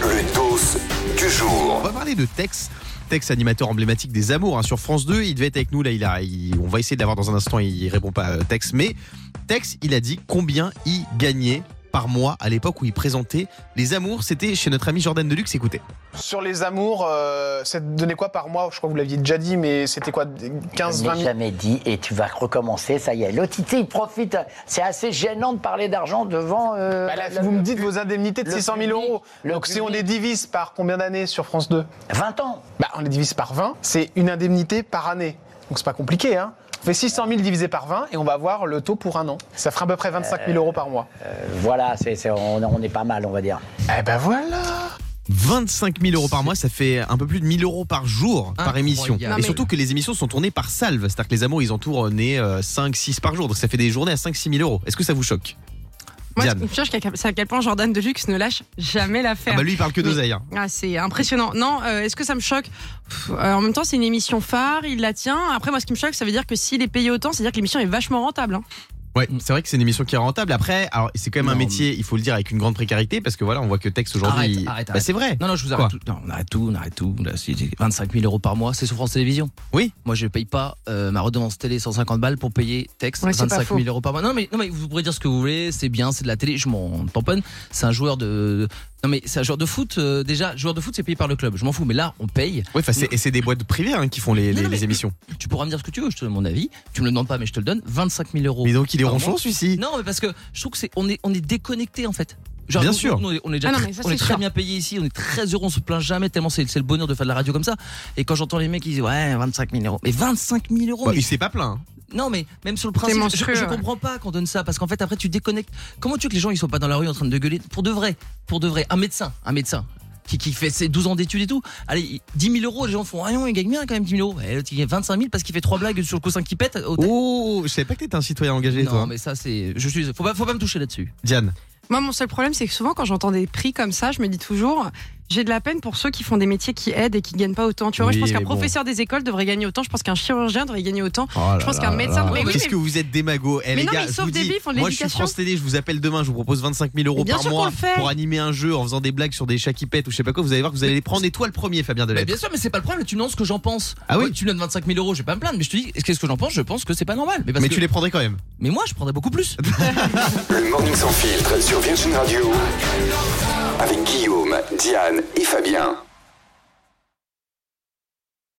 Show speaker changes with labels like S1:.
S1: Le dos du
S2: On
S1: jour.
S2: va parler de Tex. Tex, animateur emblématique des amours hein, sur France 2. Il devait être avec nous, là, il a, il- on va essayer de l'avoir dans un instant, il répond pas euh, Tex. Mais Tex, il a dit combien il gagnait par mois à l'époque où il présentait les amours. C'était chez notre ami Jordan Deluxe, écoutez.
S3: Sur les amours, euh, ça te donnait quoi par mois Je crois que vous l'aviez déjà dit, mais c'était quoi 15,
S4: Je
S3: 20
S4: n'ai
S3: 000
S4: jamais dit et tu vas recommencer, ça y est. L'autre, il profite. C'est assez gênant de parler d'argent devant. euh,
S3: Bah là,
S4: la-
S3: Vous me
S4: le-
S3: dites vos indemnités de
S4: le
S3: 600 000
S4: public,
S3: euros.
S4: le
S3: Donc si on les
S4: public.
S3: divise par combien d'années sur France 2
S4: 20 ans.
S3: Bah on les divise par 20, c'est une indemnité par année. Donc c'est pas compliqué, hein on fait 600 000 divisé par 20 et on va avoir le taux pour un an. Ça fera à peu près 25 000 euros par mois.
S4: Euh, voilà, c'est c'est- on, on est pas mal, on va dire.
S3: Eh ben voilà
S2: 25 000 euros par mois, ça fait un peu plus de 1000 euros par jour, par
S5: Incroyable.
S2: émission.
S5: Non,
S2: Et
S5: mais-
S2: surtout que les émissions sont tournées par salve. C'est-à-dire que les amours, ils en tournent 5, 6 par jour. Donc ça fait des journées à 5, 6 000 euros. Est-ce que ça vous choque
S5: Moi, ce
S2: Diane.
S5: qui me choque, c'est à quel point Jordan Deluxe ne lâche jamais
S2: Ah
S5: l'affaire.
S2: bah lui, il parle que
S5: Mais-
S2: d'oseille. hein.
S5: Ah, c'est impressionnant. Non, euh, est-ce que ça me choque Pff, euh, En même temps, c'est une émission phare, il la tient. Après, moi, ce qui me choque, ça veut dire que s'il est payé autant, c'est-à-dire que l'émission est vachement rentable. hein.
S2: Ouais, c'est vrai que c'est une émission qui est rentable. Après, alors c'est quand même un métier, il faut le dire, avec une grande précarité, parce que voilà, on voit que Tex
S6: Arrête,
S2: aujourd'hui,
S6: arrête,
S2: Bah,
S6: arrête.
S2: c'est vrai.
S6: Non, non, je vous
S2: Quoi
S6: arrête tout. Non, on arrête tout, on arrête tout. Là, c'est- c'est 25 000 euros par mois, c'est sur France Télévisions.
S2: Oui.
S6: Moi, je paye pas euh, ma redevance télé 150 balles pour payer texte
S5: Ouais, c'est pas
S6: 25
S5: faux.
S6: 000 euros par mois. Non mais, non, mais vous pourrez dire ce que vous voulez, c'est bien, c'est de la télé, je m'en tamponne. C'est un joueur de. Non, mais c'est un joueur de foot. euh, déjà, joueur de foot, c'est payé par le club, je m'en fous. Mais là, on paye.
S2: Ouais, enfin, c'est- et c'est des boîtes privées hein, qui font les,
S6: Non,
S2: les-
S6: non, mais-
S2: les émissions.
S6: Tu pourras me dire ce que tu veux, je te donne mon avis. Tu me le demandes pas, mais je te le donne. 25 000 euros.
S2: Mais donc, il est
S6: Par
S2: ronchon,
S6: mois.
S2: celui-ci.
S6: Non, mais parce que je trouve que c'est on est on est déconnecté en fait. Genre,
S2: Bien
S6: nous,
S2: sûr.
S6: nous, on est, on est déjà
S5: Ah non,
S6: tr-
S5: mais ça,
S6: on est
S5: c'est
S6: très
S5: sûr.
S6: bien payé ici, on est très heureux, on se plaint jamais tellement c'est c'est le bonheur de faire de la radio comme ça. Et quand j'entends les mecs ils disent ouais 25 000 euros, mais 25 000 euros,
S2: Bah,
S6: mais-
S2: il s'est pas plaint. hein.
S6: non mais même sur le principe,
S5: C'est
S6: je-
S5: monstrueux,
S6: je,
S5: ouais.
S6: comprends pas qu'on donne ça parce qu'en fait après tu déconnectes. Comment tu veux que les gens ils sont pas dans la rue en train de gueuler pour de vrai, pour de vrai, un médecin, un médecin. Qui, qui fait ses 12 ans d'études et tout. Allez, il- 10 000 euros, les gens font Ah non, il gagne bien quand même 10 000 euros. Et l'autre, il gagne 25 000 parce qu'il fait trois blagues sur le coussin qui pète. au-
S2: Oh, je savais pas que t'étais un citoyen engagé,
S6: non,
S2: toi. hein.
S6: mais ça, c'est. Je suis. Faut pas, faut pas me toucher là-dessus.
S2: Diane.
S5: Moi, mon seul problème, c'est que souvent, quand j'entends des prix comme ça, je me dis toujours, j'ai de la peine pour ceux qui font des métiers qui aident et qui gagnent pas autant. Tu vois, moi,
S2: Oui,
S5: je pense qu'un
S2: mais bon.
S5: professeur des écoles devrait gagner autant, je pense qu'un chirurgien devrait gagner autant.
S2: Oh
S5: Je pense qu'un médecin.
S2: Mais
S5: Mais oui,
S2: Qu'est-ce
S5: mais-
S2: que vous êtes démago Eh,
S5: Mais
S2: les
S5: non,
S2: gars,
S5: mais ils
S2: je
S5: sauvent
S2: vous
S5: des
S2: dis,
S5: vies, ils font de
S2: Moi, je suis
S5: l'éducation.
S2: France Télé, je vous appelle demain, je vous propose 25 000 euros
S5: Mais bien
S2: par
S5: sûr qu'on
S2: mois
S5: le fait.
S2: pour animer un jeu en faisant des blagues sur des chats qui pètent ou je sais pas quoi. Vous allez voir que vous allez les prendre et toi le premier, Fabien
S6: Mais
S2: Delettre.
S6: bien sûr, mais c'est pas le problème. Tu me demandes ce que j'en pense.
S2: Ah oui
S6: Ouais, Tu me donnes 25 000 euros, je vais pas me plaindre. Mais je te dis, qu'est-ce que j'en pense Je pense que c'est pas normal. Mais, parce
S2: Mais
S6: que-
S2: tu les prendrais quand même.
S6: mais moi, je prendrais beaucoup plus.
S1: Le morning sans filtre sur Virgin Radio. Avec Guillaume, Diane et Fabien.